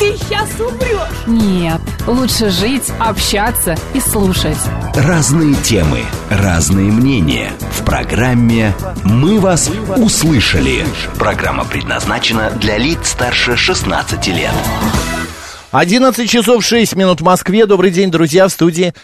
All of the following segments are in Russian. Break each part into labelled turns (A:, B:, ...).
A: ты сейчас умрешь.
B: Нет, лучше жить, общаться и слушать.
C: Разные темы, разные мнения. В программе «Мы вас услышали». Программа предназначена для лиц старше 16 лет.
D: 11 часов 6 минут в Москве. Добрый день, друзья, в студии.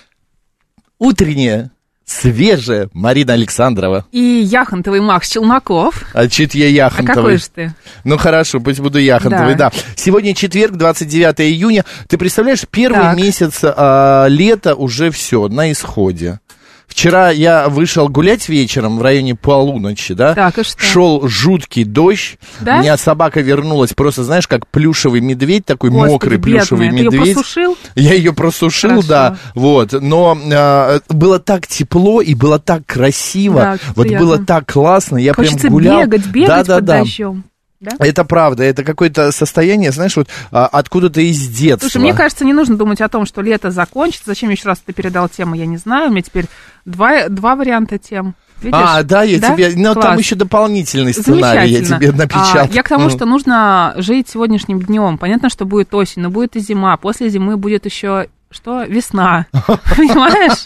D: Утренняя, свежая Марина Александрова.
B: И Яхонтовый Макс Челноков.
D: А чит я
B: А
D: Яхонтовый.
B: какой же ты?
D: Ну хорошо, пусть буду Яхонтовый, да.
B: Да.
D: Сегодня четверг, 29 июня. Ты представляешь, первый
B: Так.
D: месяц а, лета уже все, на исходе. Вчера я вышел гулять вечером в районе полуночи, да?
B: Так, и что?
D: Шел жуткий дождь.
B: Да?
D: У меня собака вернулась просто, знаешь, как плюшевый медведь, такой
B: Господи,
D: мокрый
B: бедная,
D: плюшевый
B: ты её
D: медведь.
B: просушил?
D: Я ее просушил,
B: Хорошо.
D: да. Вот. Но а, было так тепло и было так красиво.
B: Да, как
D: вот
B: приятно.
D: было так классно. Я
B: Хочется
D: прям гулял.
B: бегать, бегать под
D: Да-да-да.
B: дождем. Да?
D: Это правда, это какое-то состояние, знаешь, вот а, откуда-то из детства.
B: Слушай, мне кажется, не нужно думать о том, что лето закончится. Зачем еще раз ты передал тему, я не знаю. У меня теперь два, два варианта тем. Видишь?
D: а, да, я тебе. Ну, там
B: Класс.
D: еще дополнительный сценарий я
B: Замечательно.
D: тебе напечатал.
B: А, я к тому,
D: Ну.
B: что нужно жить сегодняшним днем. Понятно, что будет осень, но будет и зима. После зимы будет еще что? Весна. Понимаешь?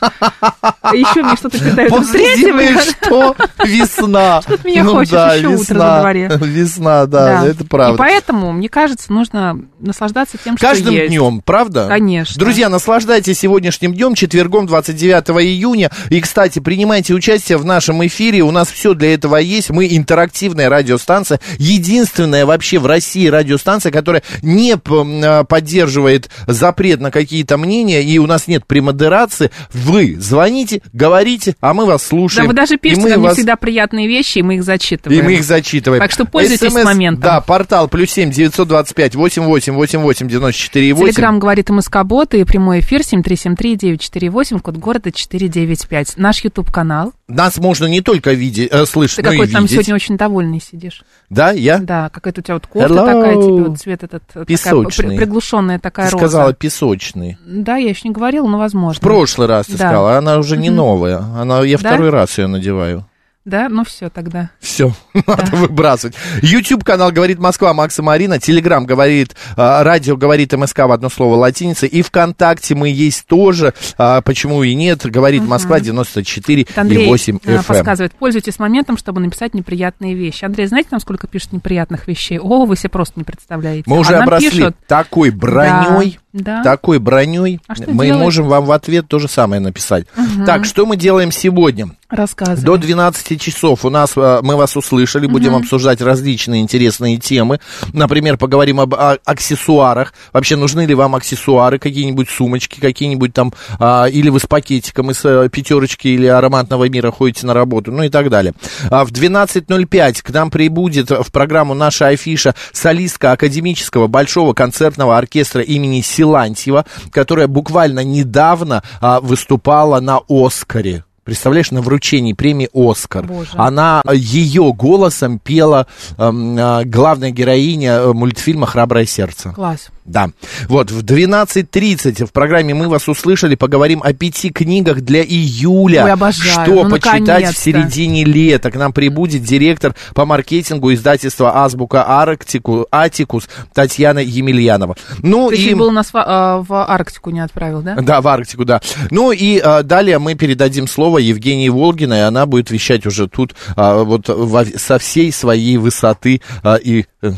B: Еще мне что-то питает.
D: После зимы Ну, что? Весна. Ну
B: Что ты меня хочешь? Еще утро
D: весна.
B: на дворе.
D: Весна, да, это
B: И
D: правда.
B: поэтому, мне кажется, нужно наслаждаться тем, что
D: Каждым
B: есть.
D: днем, правда?
B: Конечно.
D: Друзья, наслаждайтесь сегодняшним днем, четвергом, 29 июня. И, кстати, принимайте участие в нашем эфире. У нас все для этого есть. Мы интерактивная радиостанция. Единственная вообще в России радиостанция, которая не п- м, а, поддерживает запрет на какие-то мнения. И у нас нет премодерации. Вы звоните, говорите, а мы вас
B: Да,
D: слушаем.
B: вы даже
D: И
B: пишете
D: мы
B: нам не
D: вас-
B: всегда приятные вещи, и мы их зачитываем.
D: и мы их зачитываем.
B: Так что пользуйтесь
D: СМС,
B: моментом.
D: Да, портал плюс семь девятьсот двадцать пять восемь восемь восемь восемь девяносто четыре восемь.
B: Телеграмм говорит МСК-бот и прямой эфир 7373948, код города 495. Наш YouTube-канал.
D: Нас можно не только видеть, э, слышать,
B: Ты
D: но и
B: какой-то там
D: видеть.
B: сегодня очень довольный сидишь.
D: Да, я?
B: Да, какая-то у тебя вот кофта
D: Hello.
B: такая, тебе вот цвет этот. э, такая
D: Песочный.
B: при- приглушенная такая
D: Ты
B: роза.
D: сказала песочный.
B: Да, я еще не говорила, но возможно.
D: В прошлый раз ты
B: Да.
D: сказала, она уже не новая. Она, я
B: Да?
D: второй раз ее надеваю.
B: Да, ну все тогда.
D: Все, надо выбрасывать. YouTube канал говорит Москва Макса Марина, Телеграм говорит а, радио говорит МСК в одно слово латиница и ВКонтакте мы есть тоже. а, почему и нет? Говорит Москва 94
B: Это
D: и эм.
B: Андрей
D: 8
B: э,
D: FM.
B: подсказывает, пользуйтесь моментом, чтобы написать неприятные вещи. Андрей, знаете, нам сколько пишут неприятных вещей? О, вы себе просто не представляете.
D: Мы уже
B: а нам
D: обросли
B: пишут,
D: такой броней,
B: Да, да.
D: такой броней.
B: А что
D: мы
B: делать?
D: можем вам в ответ то же самое написать. Так, что мы делаем сегодня?
B: рассказывай.
D: До 12 часов у нас э, мы вас услышали, будем обсуждать различные интересные темы. Например, поговорим об а, аксессуарах. Вообще, нужны ли вам аксессуары, какие-нибудь сумочки, какие-нибудь там, а, или вы с пакетиком из э, пятерочки или ароматного мира ходите на работу, ну и так далее. А В 12.05 к нам прибудет в программу наша афиша солистка академического большого концертного оркестра имени Силантьева, которая буквально недавно а, выступала на Оскаре. Представляешь, на вручении премии Оскар.
B: Боже.
D: Она э, ее голосом пела эм, э, главная героиня э, мультфильма Храброе сердце.
B: Класс.
D: Да. Вот, в 12.30 в программе «Мы вас услышали» поговорим о пяти книгах для июля.
B: Ой, обожаю.
D: Что
B: Ну,
D: почитать в
B: наконец-то.
D: середине лета. К нам прибудет директор по маркетингу издательства «Азбука Арктику», «Атикус» Татьяна Емельянова. Ну
B: Ты
D: и...
B: чуть было нас в, а, в Арктику не отправил, да?
D: Да, в Арктику, да. Ну и а, далее мы передадим слово Евгении Волгиной, она будет вещать уже тут а, вот во- со всей своей высоты а, и... э,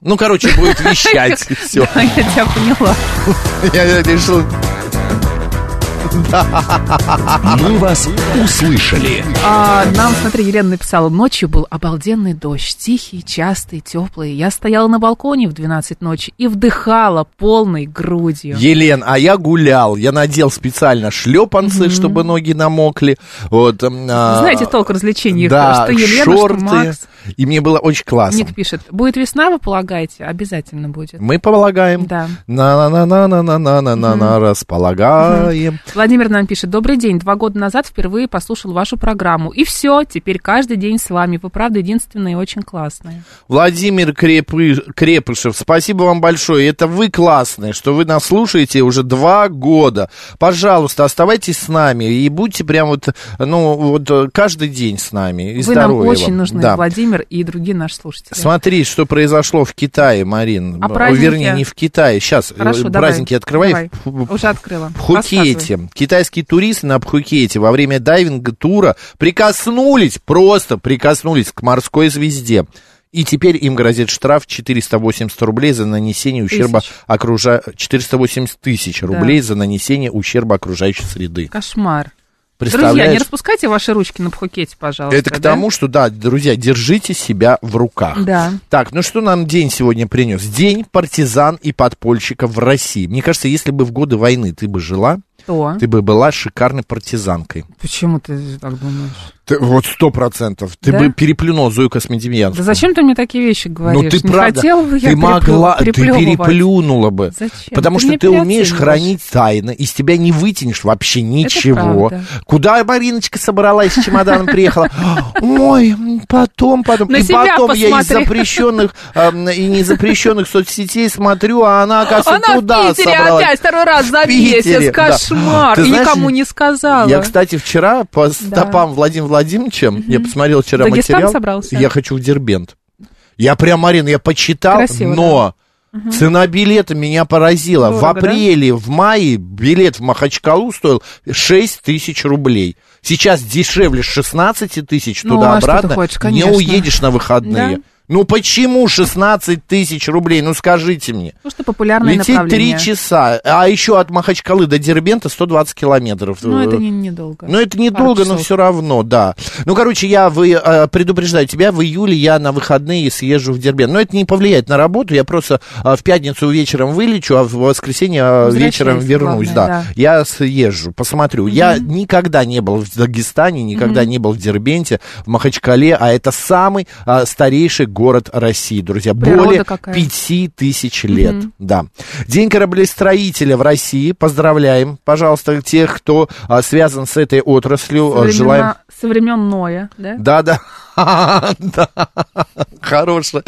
D: Ну, короче, будет вещать. Все,
B: Да, я тебя поняла.
D: я решил...
C: Мы вас услышали.
B: А, нам, смотри, Елена написала, ночью был обалденный дождь, тихий, частый, теплый. Я стояла на балконе в 12 ночи и вдыхала полной грудью.
D: Елен, а я гулял, я надел специально шлепанцы, чтобы ноги намокли. Вот, Знаете,
B: Знаете толк развлечений?
D: да,
B: что Елена,
D: шорты. А
B: что Макс.
D: И мне было очень классно.
B: Ник пишет, будет весна, вы полагаете? Обязательно будет.
D: Мы полагаем.
B: Да.
D: На-на-на-на-на-на-на-на-на располагаем.
B: Владимир нам пишет, добрый день, два года назад впервые послушал вашу программу. И все, теперь каждый день с вами. Вы, правда, единственные и очень классные.
D: Владимир Крепы- Крепышев, спасибо вам большое. Это вы классные, что вы нас слушаете уже два года. Пожалуйста, оставайтесь с нами и будьте прям вот, ну, вот э, каждый день с нами. И
B: вы нам
D: здоровья
B: очень
D: вам.
B: нужны,
D: Да.
B: Владимир и другие наши слушатели.
D: Смотри, что произошло в Китае, Марин.
B: А
D: О,
B: праздники?
D: Вернее, не в Китае. Сейчас
B: Хорошо, давай.
D: Э, праздники открывай.
B: Давай.
D: Ф-
B: Уже открыла.
D: В Пхукете. Китайские туристы на Пхукете во время дайвинга тура прикоснулись, просто прикоснулись к морской звезде. И теперь им грозит штраф 480 рублей за нанесение ущерба
B: Тысяч.
D: окружа... 480 тысяч рублей за нанесение ущерба окружающей среды.
B: Кошмар. Друзья, не
D: Представляешь?
B: распускайте ваши ручки на Пхукете, пожалуйста.
D: Это к
B: да?
D: тому, что, да, друзья, держите себя в руках.
B: Да.
D: Так, ну что нам день сегодня принес? День партизан и подпольщиков в России. Мне кажется, если бы в годы войны ты бы жила,
B: Что?
D: ты бы была шикарной партизанкой.
B: Почему ты так думаешь?
D: Ты- вот сто процентов. Ты
B: Да?
D: бы переплюнул Зою Космодемьянскую.
B: Да зачем ты мне такие вещи говоришь?
D: Ну ты
B: не
D: правда,
B: хотел бы я
D: ты могла, ты
B: переплёвывать.
D: переплюнула бы.
B: Зачем?
D: Потому
B: Ты
D: что
B: меня
D: ты умеешь
B: переоцениваешь.
D: хранить тайны, из тебя не вытянешь вообще ничего.
B: правда.
D: Куда Мариночка собралась, с чемоданом приехала? Ой, потом, потом.
B: На
D: и
B: себя
D: потом я из
B: посмотри.
D: запрещенных эм, и незапрещенных соцсетей смотрю, а она, оказывается,
B: Она
D: туда
B: в Питере
D: собралась.
B: опять второй раз за
D: Питере,
B: месяц.
D: да.
B: Кошмар.
D: Ты
B: И
D: знаешь,
B: никому не сказала.
D: Я, кстати, вчера по стопам Владимира Владимировича, я посмотрел вчера
B: Дагестан
D: материал.
B: собрался?
D: Я хочу в Дербент. Я прям, Марина, я почитал,
B: Красиво,
D: но цена билета меня поразила. в
B: Дорого, да?
D: апреле, в мае билет в Махачкалу стоил 6 тысяч рублей. Сейчас дешевле 16 тысяч
B: Ну, а что ты
D: туда-обратно.
B: хочешь,
D: не
B: конечно.
D: уедешь на выходные.
B: Да.
D: Ну почему 16 тысяч рублей? Ну скажите мне.
B: Потому что популярное
D: Лететь
B: направление.
D: 3 часа, а еще от Махачкалы до Дербента 120 километров.
B: Ну, это не, недолго.
D: Ну, это
B: Пару
D: недолго, но
B: часов.
D: все равно, да. Ну, короче, я вы, э, предупреждаю тебя, в июле я на выходные съезжу в Дербент. Но это не повлияет на работу, я просто э, в пятницу вечером вылечу, а в воскресенье э, вечером
B: Возвращайся,
D: вернусь,
B: главное,
D: да.
B: да.
D: Я съезжу, посмотрю. Я никогда не был в Дагестане, никогда не был в Дербенте, в Махачкале, а это самый э, старейший город России, друзья.
B: Природа
D: Более
B: какая.
D: пяти тысяч лет, да. День кораблестроителя в России. Поздравляем, пожалуйста, тех, кто а, связан с этой отраслью.
B: Со
D: А, Желаем...
B: времена- Со времен Ноя, да?
D: Да, да. да. Хорошая.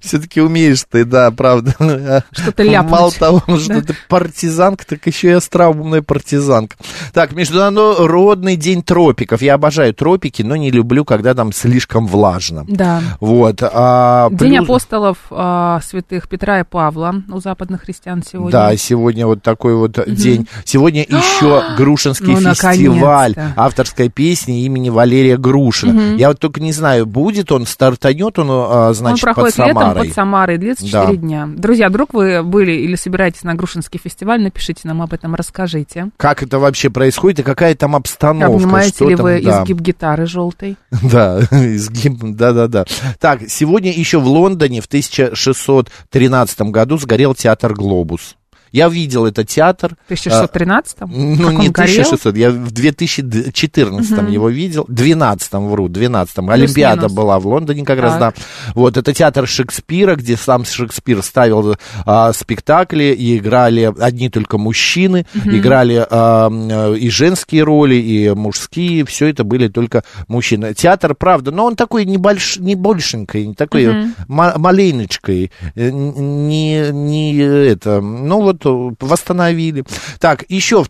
D: Все-таки умеешь ты, да, правда.
B: Что-то ляпнуть.
D: Мало того, что ты партизанка, так еще и остроумная партизанка. Так, Международный день тропиков. Я обожаю тропики, но не люблю, когда там слишком влажно.
B: Да.
D: Вот. а,
B: День
D: плюс-
B: апостолов а, святых Петра и Павла у западных христиан сегодня.
D: Да, сегодня вот такой вот день. Сегодня еще Грушинский
B: Ну,
D: фестиваль
B: наконец-то.
D: авторской песни имени Валерия Грушина. Я вот только не знаю, будет он, стартанет он, а, значит,
B: Он
D: под
B: проходит летом
D: Самарой.
B: под Самарой, 24
D: Да.
B: дня. Друзья, вдруг вы были или собираетесь на Грушинский фестиваль, напишите нам об этом, расскажите.
D: Как это вообще происходит и какая там обстановка?
B: Обнимаете
D: что
B: ли
D: там,
B: вы
D: да.
B: изгиб гитары желтой?
D: Да, изгиб, да-да-да. Так, сегодня еще в Лондоне в 1613 году сгорел театр «Глобус». Я видел этот театр.
B: В 1613-м?
D: Ну,
B: Как он
D: не
B: горел?
D: 1600, я в 2014 его видел, 12 вру, 12 Олимпиада
B: Плюс-минус.
D: была в Лондоне как раз, да.
B: Так.
D: Вот, это театр Шекспира, где сам Шекспир ставил а, спектакли, и играли одни только мужчины, играли а, м, и женские роли, и мужские, все это были только мужчины. Театр, правда, но он такой небольш, небольшенький, не такой ма- маленечкой, э, н- не, не это, ну вот э, восстановили. Так, еще в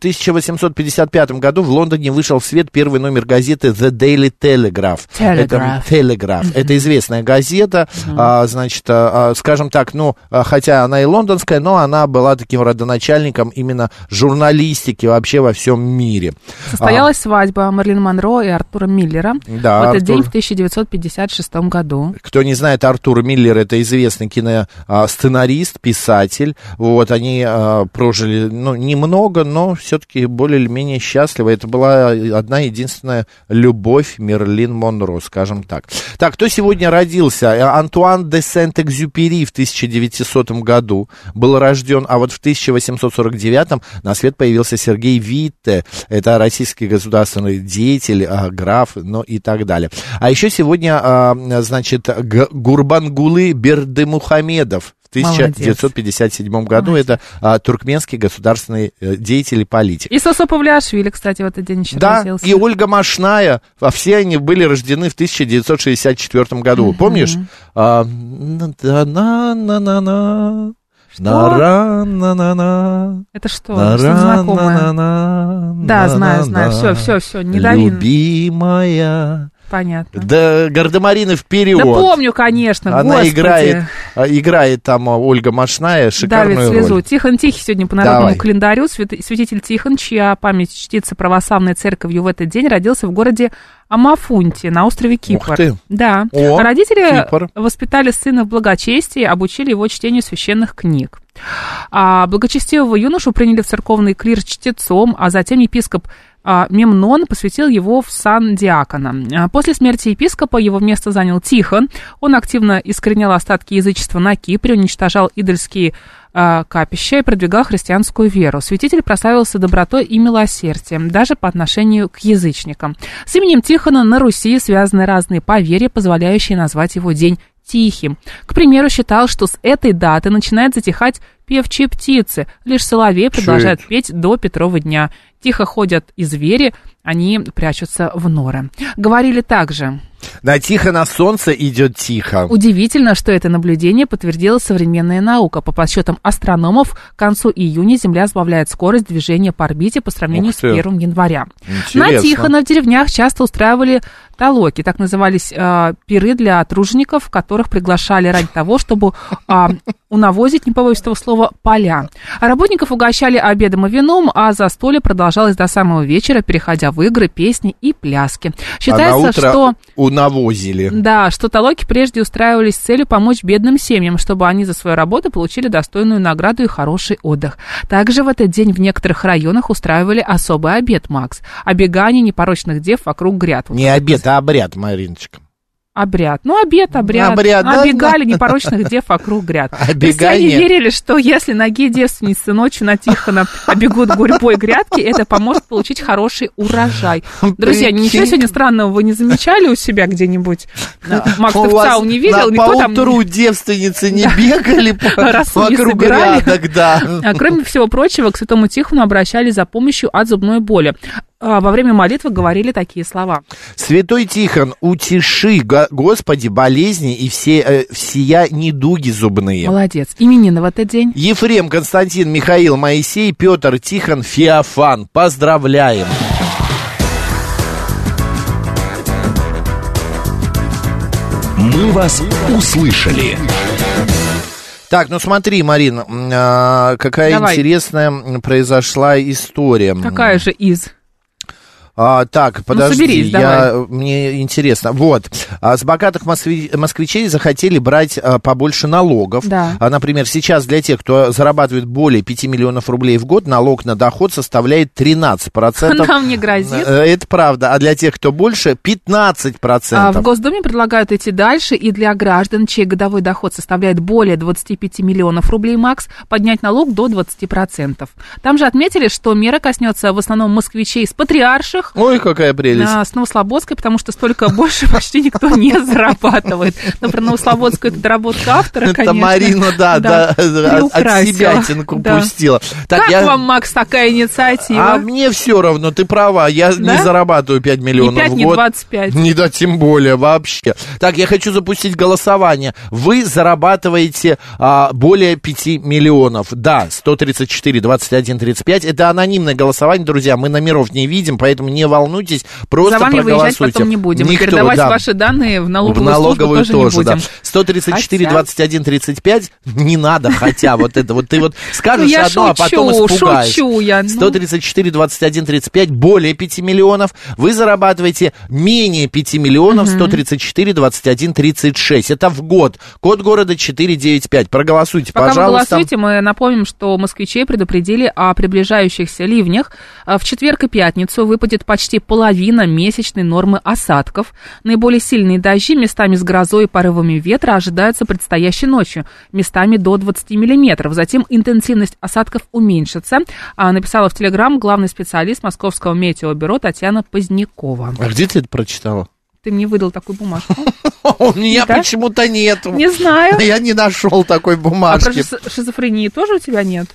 D: 1855 году в Лондоне вышел в свет первый номер газеты The Daily Telegraph.
B: Telegraph.
D: Это, Telegraph. Это известная газета, а, значит, а, а, скажем так, ну, а, хотя она и лондонская, но она была таким родоначальником именно журналистики вообще во всем мире. А,
B: Состоялась свадьба Марлин Монро и Артура Миллера.
D: Да,
B: в этот
D: Артур.
B: день в 1956 году.
D: Кто не знает, Артур Миллер это известный киносценарист, писатель. Вот они а, а, прожили, ну, немного, но все-таки более или менее счастливо. Это была одна единственная любовь Мерлин Монро, скажем так. Так, кто сегодня родился? Э, Антуан де Сент-Экзюпери в 1900 году был рожден, а вот в 1849 на свет появился Сергей Витте. Это российский государственный деятель, а, граф, ну и так далее. А еще сегодня, а, значит, Г- Гурбангулы Бердымухамедов в 1957 году. Это а, туркменский государственный э, деятель и политик.
B: И Сосо Павлиашвили, кстати, в этот день еще
D: Да,
B: родился.
D: и Ольга Машная, а все они были рождены в 1964 году. Помнишь? А, на-на-на-на-на, на-ра-на-на-на,
B: Это что? Что-то знакомое.
D: на-ра-на-на-на,
B: Да, знаю, знаю. Все, все, все. Не дави.
D: Любимая.
B: Понятно.
D: Да, Гардемарины вперед.
B: Да помню, конечно,
D: Она
B: господи.
D: играет, а, играет там а, Ольга Машная шикарную
B: Давит слезу.
D: роль.
B: Тихон Тихий сегодня по народному
D: Давай.
B: календарю. Свят- Святитель Тихон, чья память чтится православной церковью в этот день, родился в городе Амафунте на острове Кипр.
D: Ух ты.
B: Да.
D: О,
B: А Родители
D: Кипр.
B: воспитали сына в благочестии, обучили его чтению священных книг. А благочестивого юношу приняли в церковный клир чтецом, а затем епископ а, Мемнон посвятил его в сан диакона. А После смерти епископа его место занял Тихон. Он активно искоренял остатки язычества на Кипре, уничтожал идольские а, капища и продвигал христианскую веру. Святитель прославился добротой и милосердием, даже по отношению к язычникам. С именем Тихона на Руси связаны разные поверья, позволяющие назвать его день тихим. К примеру, считал, что с этой даты начинает затихать певчие птицы. Лишь соловей продолжает петь до Петрова дня. Тихо ходят и звери, они прячутся в норы. Говорили также,
D: На тихо на солнце идет тихо.
B: Удивительно, что это наблюдение подтвердила современная наука. По подсчетам астрономов, к концу июня Земля сбавляет скорость движения по орбите по сравнению
D: Ух
B: с
D: ты.
B: 1 января.
D: Интересно.
B: На Тихона в деревнях часто устраивали толоки. Так назывались э, пиры для тружеников, которых приглашали ради того, чтобы а, унавозить, не побоюсь этого слова, поля. А Работников угощали обедом и вином, а застолье продолжалось до самого вечера, переходя в игры, песни и пляски. Считается,
D: а на утро
B: что...
D: унавозили.
B: Да, что толоки прежде устраивались с целью помочь бедным семьям, чтобы они за свою работу получили достойную награду и хороший отдых. Также в этот день в некоторых районах устраивали особый обед, Макс. Обегание непорочных дев вокруг гряд. Вот
D: Не обед, а обряд, Мариночка.
B: Обряд. Ну, обед, обряд.
D: Обряд, да,
B: Обегали непорочных дев вокруг гряд.
D: Обегание.
B: Крестьяне верили, что если ноги девственницы ночью на Тихона обегут гурьбой грядки, это поможет получить хороший урожай. Друзья,
D: Прикинь.
B: ничего сегодня странного вы не замечали у себя где-нибудь? А, Макс, ты
D: У
B: в
D: вас
B: ЦАУ не видел?
D: на-
B: Никто
D: по
B: там...
D: утру девственницы не бегали по-
B: Росу не
D: вокруг
B: собирали.
D: грядок, да.
B: А, Кроме всего прочего, к святому Тихону обращались за помощью от зубной боли. А, Во время молитвы говорили такие слова.
D: Святой Тихон, утеши, Го- Господи, болезни и все, э, всея недуги зубные.
B: Молодец. Именина в этот день.
D: Ефрем, Константин, Михаил, Моисей, Петр, Тихон, Феофан. Поздравляем.
C: «Мы вас услышали».
D: Так, ну смотри, Марина, м, а, какая
B: Давай.
D: интересная м, произошла история.
B: Какая же из?
D: А, так, подожди,
B: Ну, соберись,
D: я,
B: давай.
D: мне интересно. Вот, а, с богатых москви- москвичей захотели брать а, побольше налогов.
B: Да.
D: А, например, сейчас для тех, кто зарабатывает более 5 миллионов рублей в год, налог на доход составляет 13%.
B: Нам не грозит.
D: Э, Это правда. А для тех, кто больше, 15%.
B: А, В Госдуме предлагают идти дальше и для граждан, чей годовой доход составляет более 25 миллионов рублей макс, поднять налог до 20%. Там же отметили, что мера коснется в основном москвичей из патриарших,
D: Ой, какая прелесть.
B: на, с Новослободской, потому что столько больше почти никто не зарабатывает. Но про Новослободскую это доработка автора,
D: Это
B: конечно.
D: Марина, да, да, от
B: приукрасила.
D: себя тинку
B: Да.
D: пустила. Так,
B: Как
D: я-
B: вам, Макс, такая
D: А
B: инициатива?
D: мне все равно, ты права, я не
B: Да?
D: зарабатываю 5 миллионов
B: пять,
D: в
B: ни
D: год.
B: 25.
D: Не да, тем более вообще. Так, я хочу запустить голосование. Вы зарабатываете а, более 5 миллионов. Да, 134, 21, 35. Это анонимное голосование, друзья. Мы номеров не видим, поэтому не волнуйтесь, просто
B: За вами выезжать
D: проголосуйте.
B: потом не будем. и
D: Никто,
B: передавать
D: да.
B: ваши данные в
D: В
B: налоговую,
D: налоговую
B: службу тоже,
D: тоже,
B: не будем.
D: да. 134, 21, 35, не надо, хотя вот это вот ты вот
B: Ну,
D: скажешь
B: я
D: одно, а потом
B: шучу,
D: испугаешь.
B: шучу я. ну.
D: 134, 21, 35, более 5 миллионов, вы зарабатываете менее 5 миллионов, 134, 21, 36. Это в год. Код города 495. Проголосуйте,
B: Пока
D: пожалуйста.
B: вы голосуете, мы напомним, что москвичей предупредили о приближающихся ливнях. А В четверг и пятницу выпадет почти половина месячной нормы осадков. Наиболее сильные дожди местами с грозой и порывами ветра ожидаются предстоящей ночью, местами до 20 миллиметров. Затем интенсивность осадков уменьшится, а написала в Телеграм главный специалист Московского метеобюро Татьяна Позднякова.
D: А где ты это прочитала?
B: Ты мне выдал такую бумажку?
D: У меня
B: Да?
D: почему-то нет.
B: Не знаю.
D: Я не нашел такой
B: А про
D: бумажки.
B: шизо- шизофрению тоже у тебя нет?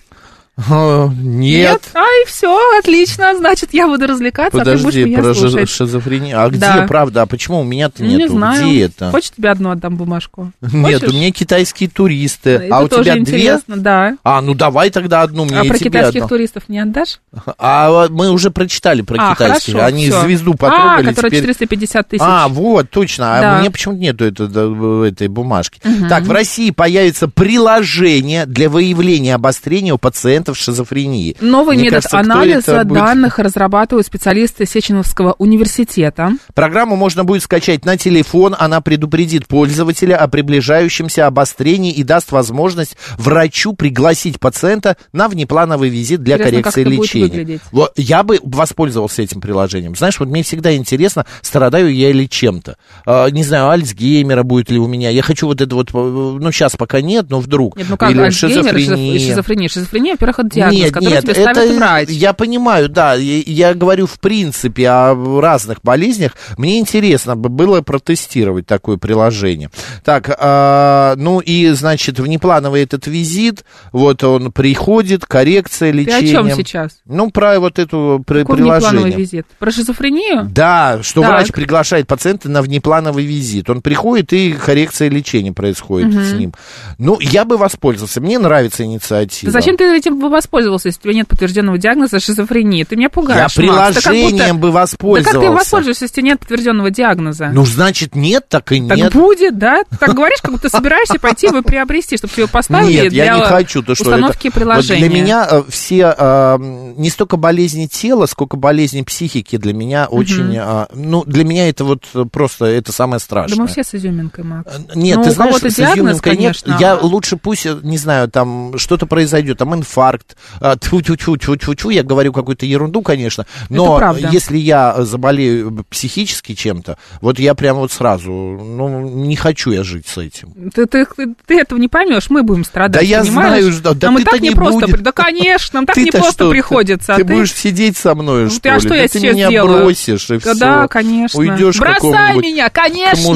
D: Э, Нет.
B: А, и все, отлично. Значит, я буду развлекаться, а ты будешь
D: Подожди,
B: меня
D: про шизо-
B: слушать.
D: шизофрению. А где,
B: Да.
D: правда? А почему у меня-то
B: Ну, не
D: нету?
B: знаю.
D: Где это?
B: Хочешь, тебе одну отдам бумажку?
D: Нет,
B: Хочешь?
D: у меня китайские туристы.
B: Это
D: а у
B: тоже
D: тебя две?
B: интересно, да.
D: А, ну давай тогда одну мне
B: а
D: и
B: про
D: тебе
B: китайских
D: одну.
B: туристов не отдашь?
D: А мы уже прочитали про
B: а,
D: китайских.
B: хорошо,
D: Они
B: всё.
D: звезду потрогали.
B: А, которая
D: теперь-
B: 450 тысяч.
D: А, вот, точно. А
B: Да.
D: у меня почему-то нету это- да, этой бумажки. Так, в России появится приложение для выявления обострения у пациентов шизофрении.
B: Новый
D: Мне
B: метод
D: кажется, кто
B: анализа
D: это будет-
B: данных разрабатывают специалисты Сеченовского университета.
D: Программу можно будет скачать на телефон. Она предупредит пользователя о приближающемся обострении и даст возможность врачу пригласить пациента на внеплановый визит для
B: Интересно, как
D: коррекции
B: это будет
D: лечения.
B: выглядеть?
D: Вот я бы воспользовался этим приложением. Знаешь, вот мне всегда интересно, страдаю я или чем-то. А, не знаю, Альцгеймера будет ли у меня. Я хочу вот это вот, э, ну сейчас пока нет, но вдруг.
B: Нет, ну как,
D: или
B: Альцгеймер и шизоф- и
D: шизофрения.
B: шизофрения. Шизофрения, во-первых, это диагноз,
D: Нет,
B: который
D: нет,
B: тебе
D: это,
B: ставит врач.
D: Я понимаю, да, я, я говорю в принципе о разных болезнях. Мне интересно бы было протестировать такое приложение. Так, а, ну и, значит, внеплановый этот визит, вот он приходит, коррекция,
B: Ты
D: лечение.
B: о чем сейчас?
D: Ну, про вот это при-
B: Какой внеплановый
D: приложение.
B: визит? Про шизофрению?
D: Да, что
B: Так.
D: врач приглашает пациента на внеплановый визит. Он приходит, и коррекция лечения происходит с ним. Ну, я бы воспользовался. Мне нравится инициатива.
B: Зачем ты этим воспользовался, если у тебя нет подтвержденного диагноза шизофрении? Ты меня
D: Я
B: пугаешь, Макс. Ты как будто-
D: приложением бы
B: Да
D: воспользовался.
B: как ты им воспользуешься, если у тебя нет подтвержденного диагноза?
D: Ну, значит, нет, так и
B: так
D: нет.
B: будет, да? Так говоришь, как будто собираешься пойти его приобрести, чтобы тебе поставили
D: Нет,
B: для
D: я не хочу. То, что
B: установки
D: это...
B: приложения.
D: Вот для меня э, все, э, не столько болезни тела, сколько болезни психики для меня очень... э, ну, для меня это вот э, просто, это самое страшное.
B: Да мы все с изюминкой, Макс.
D: Э, Нет,
B: Ну,
D: ты
B: у
D: знаешь,
B: кого-то
D: с
B: диагноз,
D: изюминкой нет.
B: конечно.
D: Я лучше пусть, э, не знаю, там что-то произойдет, там инфаркт, э, тьфу-тьфу-тьфу-тьфу-тьфу, я говорю какую-то ерунду, конечно, но
B: правда.
D: если я э, заболею психически чем-то, вот я прям вот сразу, ну, не хочу я жить с этим.
B: Ты, ты- ты- ты этого не поймешь, мы будем страдать,
D: ну. Да я
B: понимаешь?
D: знаю, что- да
B: Нам и
D: ты-то
B: так
D: не
B: непросто.
D: будет.
B: при- Да, конечно, нам так
D: Ты-то
B: непросто
D: что,
B: приходится. а
D: Ты, ты будешь сидеть со мной,
B: Ну,
D: что
B: ты- а
D: ли?
B: что
D: Да
B: я
D: ты
B: сейчас
D: меня
B: делаю?
D: бросишь, и все.
B: Да, конечно.
D: Уйдешь к
B: Бросай
D: какому-нибудь-
B: меня, конечно.
D: К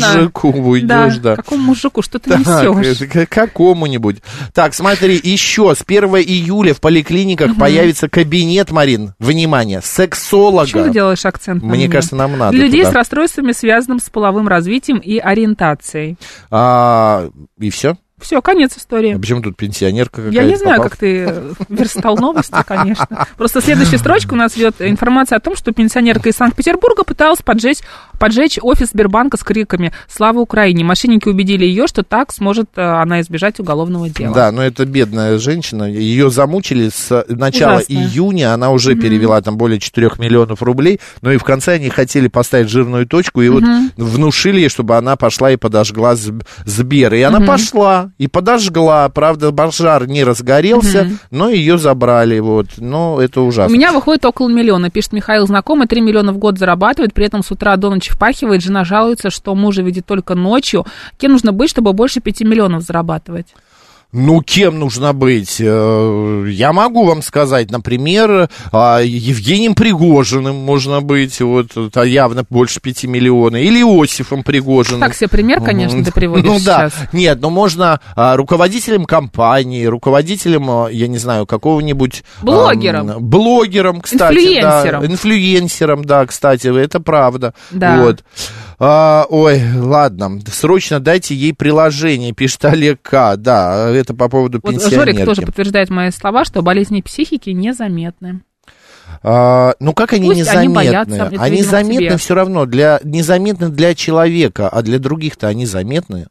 D: мужику
B: Да,
D: уйдешь, да.
B: какому мужику, что ты
D: Так,
B: несешь?
D: э, к какому-нибудь. Так, смотри, еще с 1 июля в поликлиниках появится кабинет, Марин, внимание,
B: Почему ты
D: сексолога.
B: делаешь акцент на
D: Мне
B: мне?
D: кажется, нам надо
B: Для людей
D: туда.
B: с расстройствами, связанным с половым развитием и ориентацией.
D: А, и все?
B: Все, конец истории.
D: почему тут пенсионерка какая-то
B: Я не знаю,
D: попала?
B: как ты э, верстал новости, конечно. Просто следующая строчка у нас идет информация о том, что пенсионерка из Санкт-Петербурга пыталась поджечь, поджечь офис Сбербанка с криками «Слава Украине!». Мошенники убедили ее, что так сможет э, она избежать уголовного дела.
D: Да, но это бедная женщина. Ее замучили с начала
B: Ужасно.
D: июня. Она уже перевела там более 4 миллионов рублей. Но и в конце они хотели поставить жирную точку. И вот внушили ей, чтобы она пошла и подожгла Сб- Сбер. И она пошла и подожгла. Правда, пожар не разгорелся, но ее забрали. Вот. Но это
B: У
D: ужасно.
B: меня выходит около миллиона, пишет Михаил знакомый, 3 миллиона в год зарабатывает, при этом с утра до ночи впахивает, жена жалуется, что мужа видит только ночью. Кем нужно быть, чтобы больше 5 миллионов зарабатывать?
D: Ну, кем нужно быть? Э, Я могу вам сказать, например, а, Евгением Пригожиным можно быть, вот это явно больше 5 миллионов, или Иосифом Пригожиным.
B: Так себе пример, конечно, ты приводишь
D: Ну да,
B: сейчас.
D: нет, но можно а, руководителем компании, руководителем, а, я не знаю, какого-нибудь... ам,
B: Блогером.
D: блогером, кстати.
B: Инфлюенсером.
D: Да, инфлюенсером, да, кстати, это правда.
B: Да.
D: Вот. А, ой, ладно, срочно дайте ей приложение, пишет Олег К. Да, это по поводу
B: Вот
D: пенсионерки.
B: Жорик тоже подтверждает мои слова, что болезни психики незаметны.
D: А, ну как они
B: Пусть они
D: незаметны?
B: боятся, это, видимо,
D: Они
B: к тебе.
D: заметны все равно, для, незаметны для человека, а для других-то они заметны.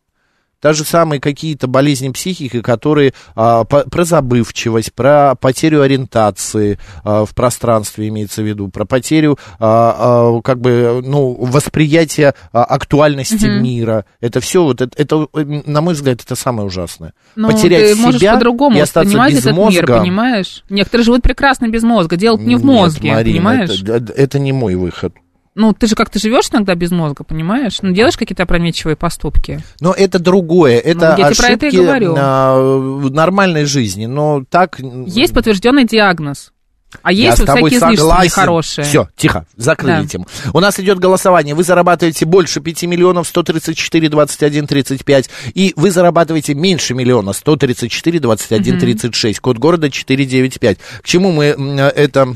D: Та же самые какие-то болезни психики, которые а, по- про забывчивость, про потерю ориентации а, в пространстве имеется в виду, про потерю а, а, как бы ну восприятия а, актуальности мира. Это все вот это, это, м, на мой взгляд это самое ужасное.
B: Ну,
D: Потерять
B: ты можешь
D: себя
B: по-другому
D: и остаться
B: воспринимать
D: без
B: этот мир,
D: мозга.
B: понимаешь? Некоторые живут прекрасно без мозга, дело не в
D: Нет,
B: мозге,
D: Марина,
B: понимаешь?
D: это- это- это не мой выход.
B: Ну, ты же как-то живешь иногда без мозга, понимаешь? Ну, делаешь какие-то опрометчивые поступки.
D: Но это другое, это
B: Ну, я тебе
D: ошибки
B: про это и говорю.
D: а, в нормальной жизни, но так...
B: Есть подтвержденный диагноз. А есть вот всякие излишества нехорошие.
D: Все, тихо, закрыли
B: Да.
D: тему. У нас идет голосование. Вы зарабатываете больше 5 миллионов 134 21 35. И вы зарабатываете меньше миллиона 134 21 36. Код города 495. К чему мы м, э, это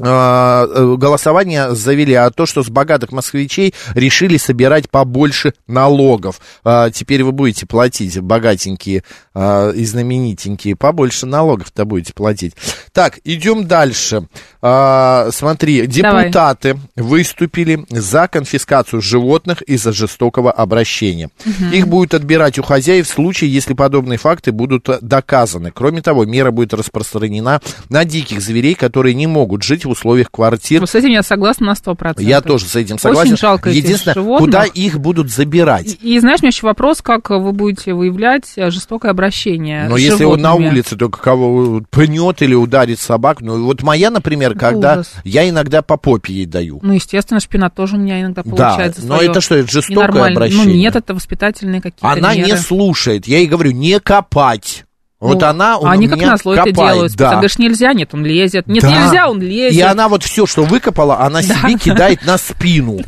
D: а, э, голосование завели, а то, что с богатых москвичей решили собирать побольше налогов. А, Теперь вы будете платить, богатенькие а, и знаменитенькие, побольше налогов-то будете платить. Так, идем дальше. А, Смотри,
B: Давай.
D: депутаты выступили за конфискацию животных из-за жестокого обращения. Их будут отбирать у хозяев в случае, если подобные факты будут э, доказаны. Кроме того, мера будет распространена на диких зверей, которые не могут жить в условиях квартир.
B: Вот с этим я согласна на 100%.
D: Я тоже с этим согласен.
B: жалко этих
D: Единственное,
B: животных.
D: куда их будут забирать?
B: И, и знаешь, у меня еще вопрос, как вы будете выявлять э, жестокое обращение
D: Но
B: с
D: если он на
B: э, животными?
D: улице только кого пнет или ударит собак, ну вот моя, например, когда
B: ужас.
D: я иногда по попе ей даю.
B: Ну, естественно, шпинат тоже у меня иногда
D: Да,
B: получается.
D: но это что, это жестокое
B: Ненормально.
D: обращение.
B: Ну, нет, это воспитательные какие-то
D: Она
B: меры.
D: не слушает. Я ей говорю, не копать. Вот
B: Ну,
D: она у
B: а они
D: меня
B: как назло
D: копает.
B: это делают. Ты
D: Да.
B: говоришь, нельзя, нет, он лезет. Нет,
D: Да.
B: нельзя, он лезет.
D: И она вот все, что выкопала, она себе кидает на спину.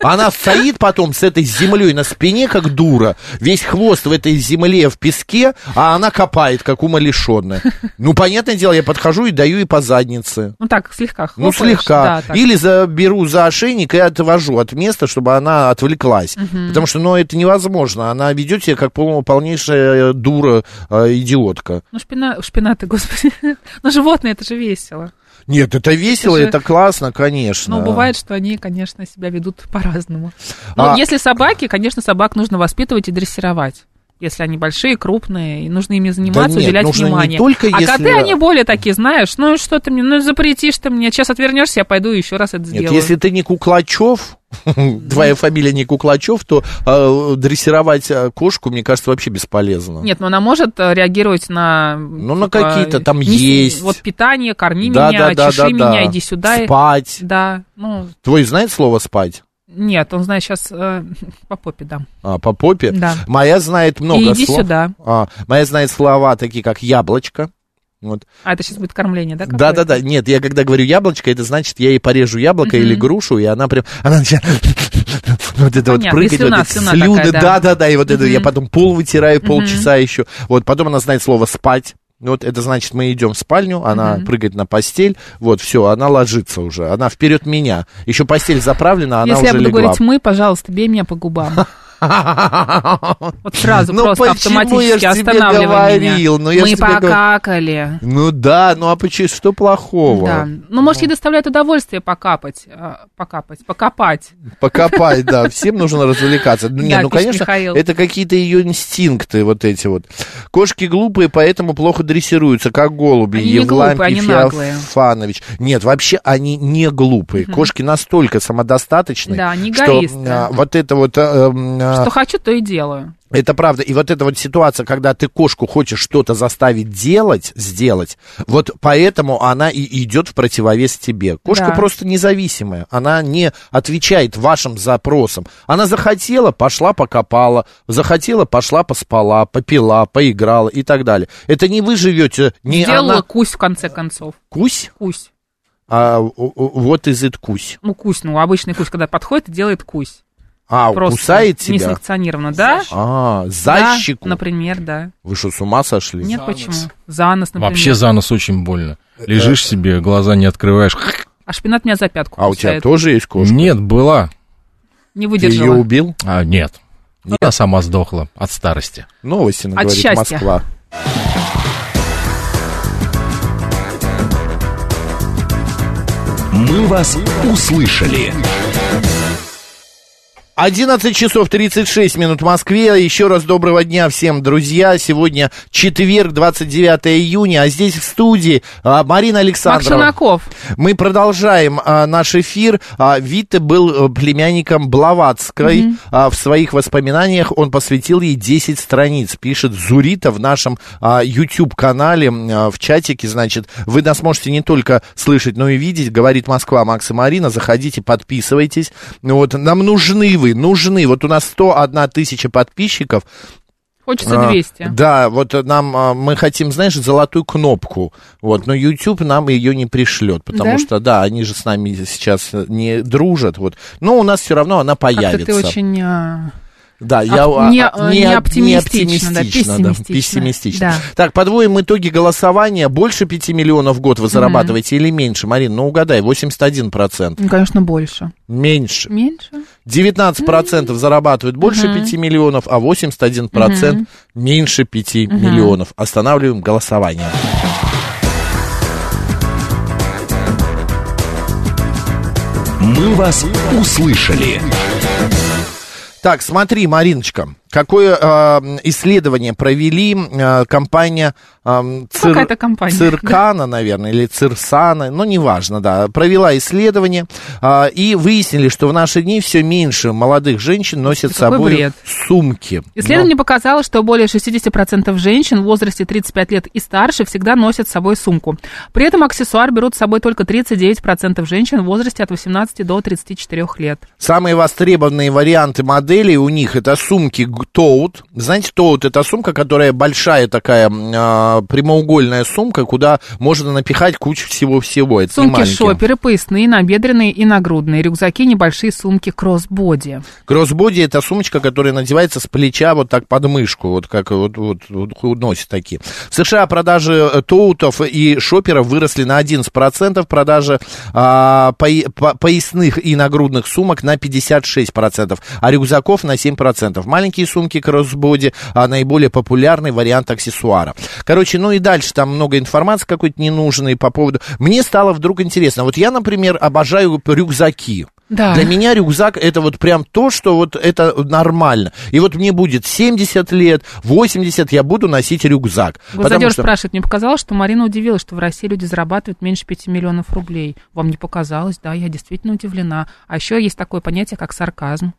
D: Она стоит потом с этой землей на спине, как дура. Весь хвост в этой земле, в песке, а она копает, как умалишенная. Ну, понятное дело, я подхожу и даю ей по заднице.
B: Ну, так, слегка
D: Ну,
B: хлопаешь,
D: слегка.
B: да, так.
D: Или заберу за ошейник и отвожу от места, чтобы она отвлеклась. Потому что, ну, это невозможно. Она ведет себя как полно- полнейшая э, дура, э, идиотка.
B: Ну, шпина... шпинаты, господи. ну, животные, это же весело.
D: Нет, это весело,
B: же-
D: это классно, конечно.
B: Но ну, бывает, что они, конечно, себя ведут по-разному. Но
D: А-
B: если собаки, конечно, собак нужно воспитывать и дрессировать. Если они большие, крупные, и нужно ими заниматься,
D: нет,
B: уделять
D: нужно не
B: внимание.
D: только
B: а
D: если-
B: коты, они более такие, знаешь, ну и что ты мне, ну запретишь ты мне, сейчас отвернешься, я пойду и еще раз это
D: Нет,
B: сделаю.
D: если ты не Куклачев, твоя фамилия не Куклачев, то э, дрессировать э, кошку, мне кажется, вообще бесполезно.
B: Нет, но она может э, реагировать на... Ну,
D: на какие-то там есть.
B: Вот питание, корми
D: Да,
B: меня,
D: да, да,
B: чеши
D: да, да.
B: меня, иди сюда.
D: Спать.
B: Да, ну,
D: Твой знает слово спать?
B: нет, он, знает, сейчас по попе дам.
D: А, по попе?
B: Да.
D: Моя знает много
B: и иди
D: слов.
B: сюда.
D: А, моя знает слова такие, как яблочко. Вот.
B: А это сейчас будет кормление, да?
D: Да, да,
B: какое-то?
D: да. Нет, я когда говорю яблочко, это значит, я ей порежу яблоко или грушу, и она прям. Она начинает вот
B: Понятно,
D: это вот
B: и
D: прыгать, вот
B: слюна,
D: эти
B: слюна
D: слюны.
B: такая, да.
D: да, да, да. И вот это я потом пол вытираю полчаса еще. Вот потом она знает слово спать. Вот это значит, мы идем в спальню, она прыгает на постель, вот все, она ложится уже, она вперед меня. Еще постель заправлена, она
B: Если я
D: уже
B: буду
D: легла.
B: говорить мы, пожалуйста, бей меня по губам. Вот сразу
D: Ну
B: просто
D: почему
B: автоматически
D: я ж тебе
B: останавливай
D: говорил?
B: меня.
D: Ну я ж
B: Мы
D: тебе говорил.
B: покакали.
D: Ну да, ну а почему что плохого?
B: Да. Ну, может, ей доставляет удовольствие покапать, а, покапать, покопать.
D: Покопать, да. Всем нужно развлекаться. Ну, не,
B: Да,
D: ну,
B: пишет
D: конечно,
B: Михаил.
D: это какие-то ее инстинкты вот эти вот. Кошки глупые, поэтому плохо дрессируются, как голуби.
B: Они не
D: Евлампий
B: глупые, они наглые.
D: Феофанович. Нет, вообще они не глупые. Кошки настолько самодостаточны,
B: Да, они
D: что
B: эгоисты.
D: а, вот это вот... а, м, а,
B: Что хочу, то и делаю.
D: это правда. И вот эта вот ситуация, когда ты кошку хочешь что-то заставить делать, сделать, вот поэтому она и идет в противовес тебе. Кошка
B: Да.
D: просто независимая. Она не отвечает вашим запросам. Она захотела, пошла покопала. Захотела, пошла поспала, попила, поиграла и так далее. Это не вы живете, не
B: Сделала
D: она.
B: кусь, в конце концов.
D: Кусь?
B: Кусь.
D: А вот из it кусь.
B: Ну, кусь, ну, обычный кусь, когда подходит, делает кусь.
D: А,
B: Просто
D: кусает тебя?
B: несанкционированно, да?
D: А,
B: Да,
D: за щеку?
B: например, да.
D: Вы что, с ума сошли?
B: Нет, почему? За нос, например.
E: Вообще за нос очень больно. Лежишь себе, глаза не открываешь.
B: А шпинат меня за пятку
D: А у тебя
B: кусает.
D: тоже есть кошка?
E: Нет, была.
B: Не
D: Ты ее
B: выдержала.
D: убил?
E: А, нет. Она сама сдохла от старости.
D: Новости,
B: От
D: говорит
B: счастья.
D: Москва.
C: «Мы вас услышали».
D: 11 часов 36 минут в Москве. Еще раз доброго дня всем, друзья. Сегодня четверг, 29 июня, а здесь в студии а, Марина
B: Мак
D: Александрова.
B: Шунаков.
D: Мы продолжаем а, наш эфир. А, Витте был э, племянником Блаватской. А, в своих воспоминаниях он посвятил ей 10 страниц, пишет Зурита в нашем а, YouTube-канале, м, а, в чатике. Значит, вы нас можете не только слышать, но и видеть. Говорит Москва, Макс и Марина. Заходите, подписывайтесь. Ну Вот, нам нужны вы, нужны. Вот у нас 101 тысяча подписчиков.
B: Хочется
D: А,
B: 200.
D: да, вот э, нам а, мы хотим, знаешь, золотую кнопку. Вот, но YouTube нам ее не пришлет, потому
B: Да?
D: что да, они же с нами сейчас не дружат. Вот, но у нас все равно она
B: Как-то
D: появится.
B: А ты очень... а,
D: Да, я
B: Оп-
D: а,
B: не-
D: а,
B: не
D: оп-
B: оптимистично, да,
D: оптимистично, да,
B: пессимистично.
D: пессимистично.
B: Да.
D: Так, подводим итоги голосования. Больше 5 миллионов в год вы зарабатываете или меньше? Марин, ну угадай, 81%.
B: Ну, конечно, больше.
D: Меньше.
B: Меньше?
D: 19% зарабатывают больше 5 миллионов, а 81% меньше 5 миллионов. Останавливаем голосование.
C: «Мы вас услышали».
D: Так, смотри, Мариночка, какое э, исследование провели э, компания эм, Цир-
B: Какая-то компания,
D: Циркана, наверное, или Цирсана, ну, неважно, да, провела исследование э, и выяснили, что в наши дни все меньше молодых женщин носят с
B: какой
D: собой
B: бред.
D: сумки.
B: Исследование показало, что более 60% женщин в возрасте 35 лет и старше всегда носят с собой сумку. При этом аксессуар берут с собой только 39% женщин в возрасте от 18 до 34 лет.
D: Самые востребованные варианты моделей у них это сумки г- Tote. Знаете, Tote это сумка, которая большая такая м, а, прямоугольная сумка, куда можно напихать кучу всего-всего. Это не
B: Сумки
D: маленькие.
B: шоперы, поясные, набедренные и нагрудные, рюкзаки, небольшие сумки кроссбоди.
D: Кроссбоди это сумочка, которая надевается с плеча вот так под мышку, вот как вот, вот, вот носят такие. В США продажи э, тоутов и шоперов выросли на 11%, продажи а, пое- по- поясных и нагрудных сумок на 56%, а рюкзаков на 7%. Маленькие сумки кроссбоди а, наиболее популярный вариант аксессуара. Короче, ну и дальше там много информации какой-то ненужной по поводу... Мне стало вдруг интересно. Вот я, например, обожаю рюкзаки.
B: Да.
D: Для меня рюкзак это вот прям то, что вот это нормально. И вот мне будет 70 лет, 80, я буду носить рюкзак.
B: Госзадеж
D: что-
B: спрашивает, мне показалось, что Марина удивилась, что в России люди зарабатывают меньше 5 миллионов рублей. Вам не показалось? Да, я действительно удивлена. А еще есть такое понятие, как сарказм,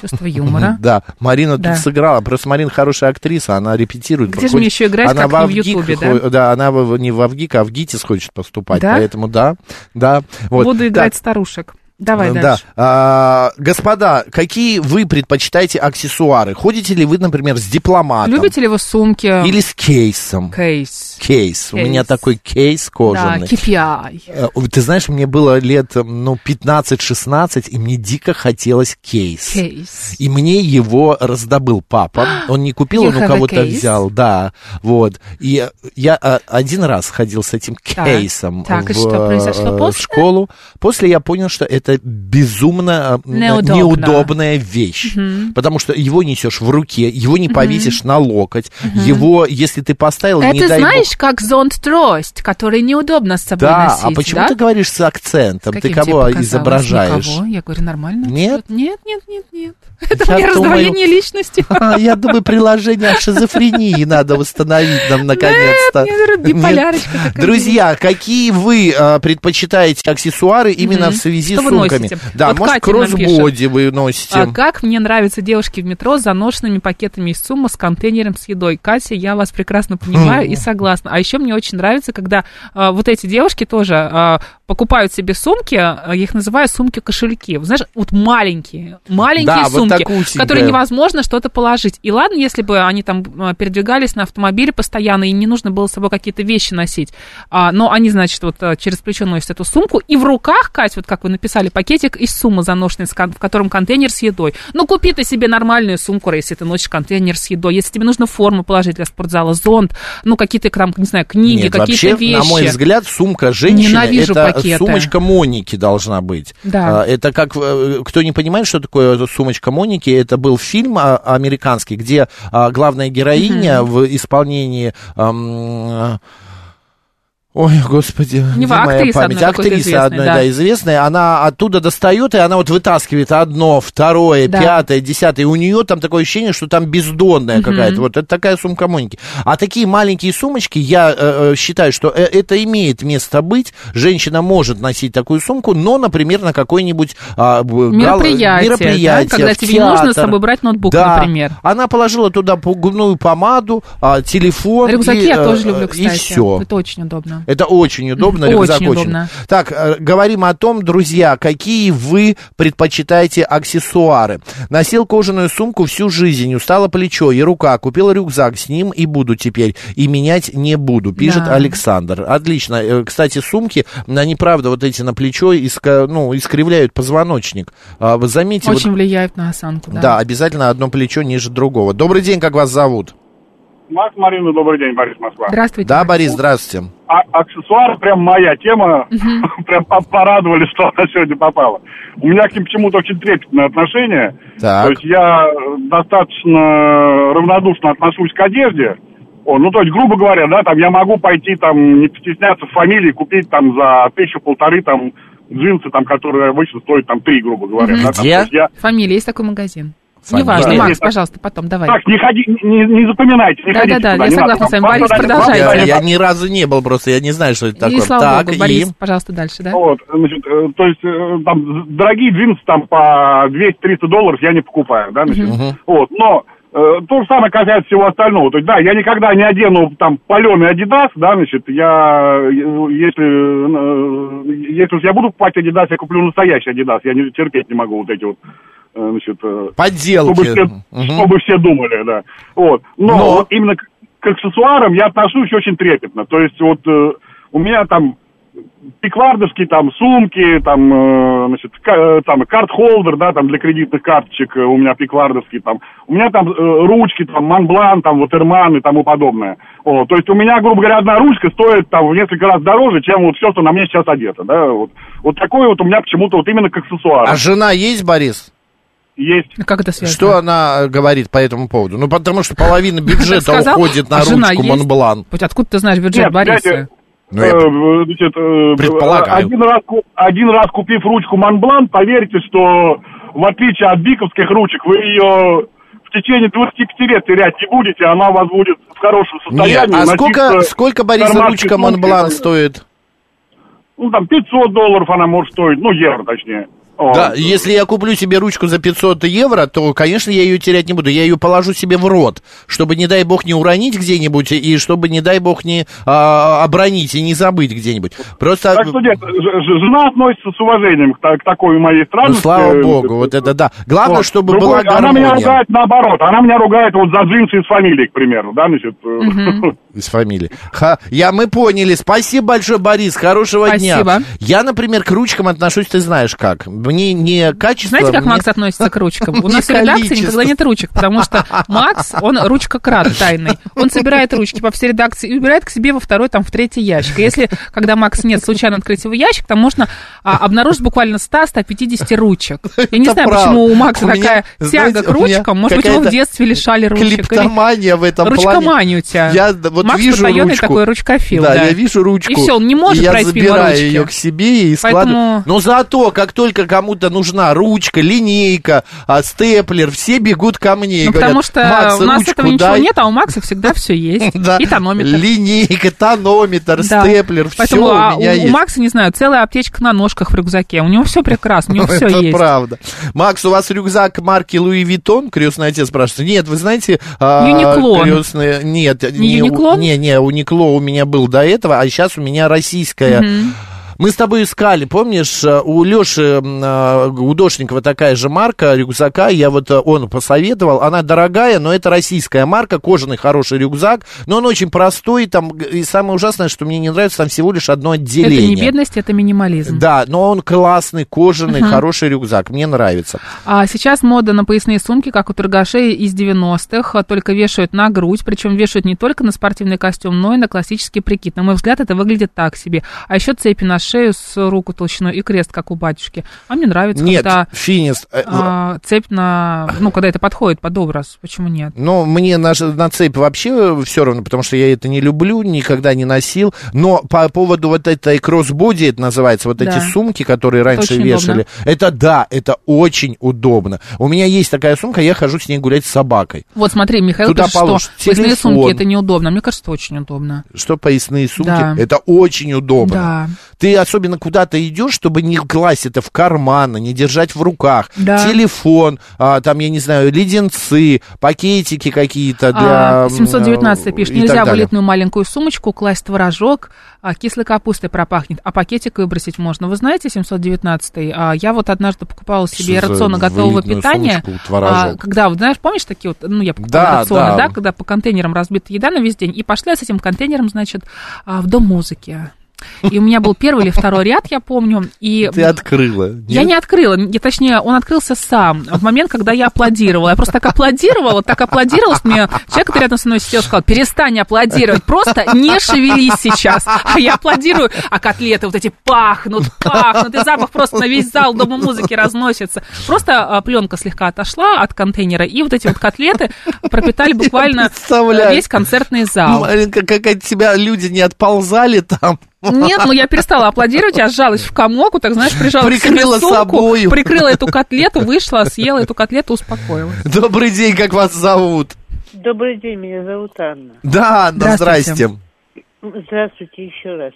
B: чувство юмора.
D: Да, Марина
B: Да.
D: тут сыграла. Просто Марина хорошая актриса, она репетирует.
B: Где же
D: проходит.
B: мне еще играть,
D: она
B: как
D: в
B: не в
D: Авгик
B: Ютубе, да?
D: хо- она в- не в Авгик, а в ГИТИС хочет поступать.
B: Да?
D: Поэтому да, да. Вот.
B: Буду
D: Так,
B: играть старушек. Давай
D: да.
B: дальше.
D: А, господа, какие вы предпочитаете аксессуары? Ходите ли вы, например, с дипломатом?
B: Любите ли вы сумки?
D: А Или с кейсом?
B: кейс?
D: Кейс. У меня
B: Кейс.
D: такой кейс
B: Да,
D: кожаный.
B: KPI.
D: Э, Ты знаешь, мне было лет, м, ну, 15-16, и мне дико хотелось кейс.
B: Кейс.
D: И мне его раздобыл папа. Он не купил,
B: You
D: он
B: have
D: у
B: a
D: кого-то
B: case?
D: взял, да. Вот. И э, я э, один раз ходил с этим
B: Так.
D: кейсом
B: Так, и
D: в,
B: что произошло
D: э,
B: после?
D: в школу. После я понял, что это безумно э,
B: Неудобно.
D: неудобная вещь. Потому что его несешь в руке, его не повесишь на локоть, его, если ты поставил, не
B: А Это
D: дай бог,
B: знаешь, как зонт-трость, который неудобно с собой
D: да,
B: носить,
D: а почему
B: да?
D: ты говоришь с акцентом? ты
B: Каким тебе
D: кого
B: показалось?
D: изображаешь?
B: Никого. Я говорю, нормально.
D: Нет?
B: идет. Нет, нет, нет, нет. Это
D: Я
B: мне
D: думаю-
B: раздвоение личности.
D: А, я думаю, приложение о шизофрении надо восстановить нам наконец-то.
B: Нет, нет, биполярочка
D: Нет.
B: какая-нибудь.
D: Друзья, какие вы а, предпочитаете аксессуары именно в связи
B: Что
D: с
B: вы
D: сумками?
B: носите?
D: Да,
B: Вот
D: может,
B: Катя нам
D: кроссбоди вы носите.
B: А как мне нравятся девушки в метро с заношенными пакетами из суммы с контейнером с едой. Катя, я вас прекрасно понимаю и согласна. А еще мне очень нравится, когда а, вот эти девушки тоже а, покупают себе сумки, а, я их называю сумки-кошельки. Вот Знаешь, вот маленькие, маленькие
D: Да, вот
B: сумки,
D: такую
B: в которые
D: себе.
B: невозможно что-то положить. И ладно, если бы они там а, передвигались на автомобиле постоянно и не нужно было с собой какие-то вещи носить. А, но они, значит, вот а, через плечо носят эту сумку, и в руках, Кать, вот как вы написали, пакетик из суммы заношенный, с кон- в котором контейнер с едой. Ну, купи ты себе нормальную сумку, если ты носишь контейнер с едой. Если тебе нужно форму положить для спортзала, зонт, ну, какие-то там, не знаю, книги,
D: Нет,
B: какие-то
D: вообще,
B: вещи.
D: на мой взгляд, сумка женщины
B: Ненавижу
D: это
B: пакеты.
D: сумочка Моники должна быть.
B: Да.
D: А, Это как э, кто не понимает, что такое эта сумочка Моники, это был фильм а, американский, где а, главная героиня в исполнении эм, э, Ой, господи,
B: Не
D: где
B: актриса
D: моя
B: одна
D: память?
B: какой-то
D: актриса
B: известная,
D: одна,
B: да.
D: да. известная. Она оттуда достает, и она вот вытаскивает одно, второе,
B: Да.
D: пятое, десятое. И у нее там такое ощущение, что там бездонная какая-то. Вот это такая сумка Моники. А такие маленькие сумочки, я э, э, считаю, что э, это имеет место быть. Женщина может носить такую сумку, но, например, на какой-нибудь а, б- гал-
B: Мероприятие,
D: мероприятие,
B: да, когда
D: в
B: тебе не нужно с
D: театр.
B: собой брать ноутбук,
D: Да.
B: например.
D: Она положила туда пу- губную помаду, а, телефон.
B: Рюкзаки
D: и,
B: я
D: э,
B: тоже люблю,
D: э,
B: кстати.
D: И все.
B: Это очень удобно.
D: Это очень удобно,
B: Очень
D: рюкзак очень.
B: удобно.
D: Так, э, говорим о том, друзья, какие вы предпочитаете аксессуары. Носил кожаную сумку всю жизнь, устало плечо и рука, купил рюкзак с ним и буду теперь, и менять не буду, пишет
B: Да.
D: Александр. Отлично. Э, Кстати, сумки, они, правда, вот эти на плечо иска- ну, искривляют позвоночник. А, вы Заметьте, вот-
B: Очень влияет на осанку, да.
D: да, обязательно одно плечо ниже другого. Добрый день, как вас зовут?
F: Макс Марина, добрый день, Борис Москва.
B: Здравствуйте.
D: Да, Борис, здравствуйте.
F: А, аксессуар прям моя тема. прям по- порадовали, что она сегодня попала. У меня к ним почему-то очень трепетное отношение.
D: Так.
F: То есть я э, достаточно равнодушно отношусь к одежде. О, ну, то есть, грубо говоря, да, там я могу пойти, там, не стесняться в фамилии, купить там за тысячу-полторы, там, джинсы, там, которые обычно стоят, там, три, грубо говоря. да, там.
D: Где?
F: То есть я-
B: Фамилия, есть такой магазин.
D: Фамилия.
B: Неважно,
F: Да.
B: Макс, пожалуйста, потом, давай.
F: Так, не, ходи, не, не запоминайте, не
B: Да,
F: ходите
B: да, да,
F: туда,
B: я
F: не надо.
B: согласна с вами,
F: Вам
B: Борис,
F: туда не- вам
B: продолжайте.
F: туда
D: Я,
F: не
D: я ни разу не был просто, я не знаю, что это такое.
B: И слава
D: так,
B: богу,
D: и...
B: Борис, пожалуйста, дальше, да? Ну,
F: Вот, значит, э, то есть, э, там, з- дорогие джинсы, там, по 200-300 долларов я не покупаю, да, значит, вот, но э, то же самое касается всего остального, то есть, да, я никогда не одену, там, паленый Адидас, да, значит, я, э, если, э, если уж я буду покупать Адидас, я куплю настоящий Адидас, я не терпеть не могу вот эти вот, э, значит, э,
D: Подделки.
F: чтобы все,
D: Мгм.
F: чтобы все думали, да. Вот. Но,
D: Но.
F: вот именно к, к аксессуарам я отношусь очень трепетно. То есть вот э, у меня там пиквардовские там сумки, там, э, значит, ка- э, там карт-холдер, да, там для кредитных карточек э, у меня пиквардовские там. У меня там э, ручки, там, Монблан, там, Ватерман и тому подобное. Вот. То есть у меня, грубо говоря, одна ручка стоит там в несколько раз дороже, чем вот все, что на мне сейчас одето, да. Вот, вот такое вот у меня почему-то вот именно к аксессуарам
D: А жена есть, Борис?
F: есть.
B: Ну, Как это связано?
D: Что она э, говорит по этому поводу? Ну, потому что половина бюджета
B: Сказал,
D: уходит на
B: а жена
D: ручку
B: есть?
D: Монблан.
B: Хоть Откуда ты знаешь бюджет
F: Нет,
B: Бориса?
F: знаете,
D: Ну, я
F: Э, в- значит, э,
D: предполагаю.
F: Один раз, ку- один раз купив ручку Монблан, поверьте, что в отличие от биковских ручек, вы ее в течение 25 лет терять не будете, она у вас будет в хорошем
D: Нет,
F: состоянии.
D: а
F: носиться
D: сколько, сколько Борис,
F: нормальной
D: ручка
F: сумки,
D: Монблан
F: там,
D: стоит?
F: Ну, там 500 долларов она может стоить, ну, евро точнее. О,
D: Да, если я куплю себе ручку за 500 евро, то, конечно, я ее терять не буду. Я ее положу себе в рот, чтобы, не дай бог, не уронить где-нибудь, и чтобы, не дай бог, не а, обронить и не забыть где-нибудь. Просто... ну,
F: Так что, нет, ж- ж- жена относится с уважением к, та- к такой моей
D: Ну,
F: странности. э,
D: слава богу, вот это да. Главное,
F: Вот.
D: чтобы
F: Другой-
D: была
F: Она меня
D: гармония.
F: ругает наоборот. Она меня ругает вот за джинсы из фамилии, к примеру, да, значит. э,
D: из фамилии. Ха, я, мы поняли. Спасибо большое, Борис. Хорошего
B: Спасибо.
D: дня. Я, например, к ручкам отношусь, ты знаешь как. Мне не качество...
B: Знаете, как
D: мне-
B: Макс относится к ручкам? У
D: Мне
B: нас в редакции
D: количество.
B: никогда нет ручек, потому что Макс, он ручка-крат тайный. Он собирает ручки по всей редакции и убирает к себе во второй, там, в третий ящик. И Если, когда Макс нет, случайно открыть его ящик, там можно а, обнаружить буквально 100-150 ручек. Я не
D: Это
B: знаю,
D: правда.
B: почему у Макса
D: У меня,
B: такая
D: знаете,
B: тяга к
D: у меня
B: ручкам. Может быть, его в
D: какая-то
B: детстве лишали ручек. или-
D: Клептомания в этом плане.
B: Ручкомания у тебя.
D: Я д- вот
B: Макс
D: вижу
B: Потаённый
D: ручку.
B: такой ручкофил.
D: да, я вижу ручку.
B: И все, он не может
D: и я
B: пройти мимо
D: забираю
B: ручки.
D: ее к себе и
B: Поэтому-
D: складываю. Но зато, как только кому-то нужна ручка, линейка, а, степлер, все бегут ко мне и
B: Ну,
D: говорят,
B: потому что
D: «Макс,
B: у нас
D: ручку
B: этого ничего
D: дай».
B: нет, а у Макса всегда все есть.
D: Да.
B: И тонометр.
D: Линейка, тонометр,
B: Да.
D: степлер,
B: Поэтому,
D: все
B: а,
D: у меня есть.
B: Макса, не знаю, целая аптечка на ножках в рюкзаке. У него все прекрасно, у него все
D: это
B: есть.
D: правда. Макс, у вас рюкзак марки Луи Витон? Крестный отец спрашивает. Нет, вы знаете... а,
B: Юникло.
D: крестные- Нет.
B: Не
D: у-
B: Юникло?
D: Не, не, Уникло у меня был до этого, а сейчас у меня российская... Мы с тобой искали, помнишь, э, у Леши Удошникова такая же марка рюкзака, я вот э, он посоветовал, она дорогая, но это российская марка, кожаный хороший рюкзак, но он очень простой, там, г- и самое ужасное, что мне не нравится, там всего лишь одно
B: Это
D: отделение.
B: не бедность, это минимализм.
D: Да, но он классный, кожаный, хороший рюкзак. Мне нравится.
B: А сейчас мода на поясные сумки, как у торгашей из 90-х, а только вешают на грудь, причем вешают не только на спортивный костюм, но и на классический прикид. На мой взгляд, это выглядит так себе. А еще цепи на шею с руку толщиной и крест, как у батюшки. А мне нравится,
D: Нет,
B: когда
D: финист. э,
B: а, цепь на... Ну, когда это подходит под образ, почему нет?
D: Ну, мне на, ж- на цепь вообще все равно, потому что я это не люблю, никогда не носил. Но по поводу вот этой кроссбоди, это называется, вот
B: Да.
D: эти сумки, которые раньше
B: очень
D: вешали. Это да, это очень удобно. У меня есть такая сумка, я хожу с ней гулять с собакой.
B: Вот смотри, Михаил
D: Туда
B: пишет, что
D: положишь
B: поясные
D: телефон.
B: сумки это неудобно. Мне кажется, это очень удобно.
D: Что поясные сумки,
B: Да.
D: это очень удобно.
B: Да.
D: Ты особенно куда-то идешь, чтобы не класть это в карман, не держать в руках.
B: Да.
D: Телефон, а, там, я не знаю, леденцы, пакетики какие-то для...
B: А, 719
D: м,
B: пишет,
D: и так
B: нельзя
D: далее.
B: вылетную маленькую сумочку класть творожок, а кислой капустой пропахнет, а пакетик выбросить можно. Вы знаете, 719 а, я вот однажды покупала себе
D: Что за
B: рациона готового
D: вылетную
B: питания,
D: сумочку, творожок?
B: а, когда, вот знаешь, помнишь такие вот, ну, я покупала
D: Да,
B: рационы,
D: да.
B: да. когда по контейнерам разбита еда на весь день, и пошла я с этим контейнером, значит, а, в Дом музыки. И у меня был первый или второй ряд, я помню, и...
D: Ты открыла.
B: Я
D: нет?
B: не открыла, я, точнее, он открылся сам в момент, когда я аплодировала. Я просто так аплодировала, так аплодировала, что мне человек, который рядом со мной сидел, сказал, перестань аплодировать, просто не шевелись сейчас. А я аплодирую, а котлеты вот эти пахнут, пахнут, и запах просто на весь зал Дома музыки разносится. Просто а, пленка слегка отошла от контейнера, и вот эти вот котлеты пропитали буквально
D: представляю.
B: э, весь концертный зал.
D: Маленько, как от тебя люди не отползали там.
B: Нет, ну я перестала аплодировать, я сжалась в комок, вот так, знаешь, прижала
D: Прикрыла
B: к себе сумку,
D: собою.
B: прикрыла эту котлету, вышла, съела эту котлету, успокоилась.
D: Добрый день, как вас зовут?
G: Добрый день, меня зовут Анна.
D: Да, Анна,
B: Здравствуйте.
D: здрасте.
G: Здравствуйте еще раз.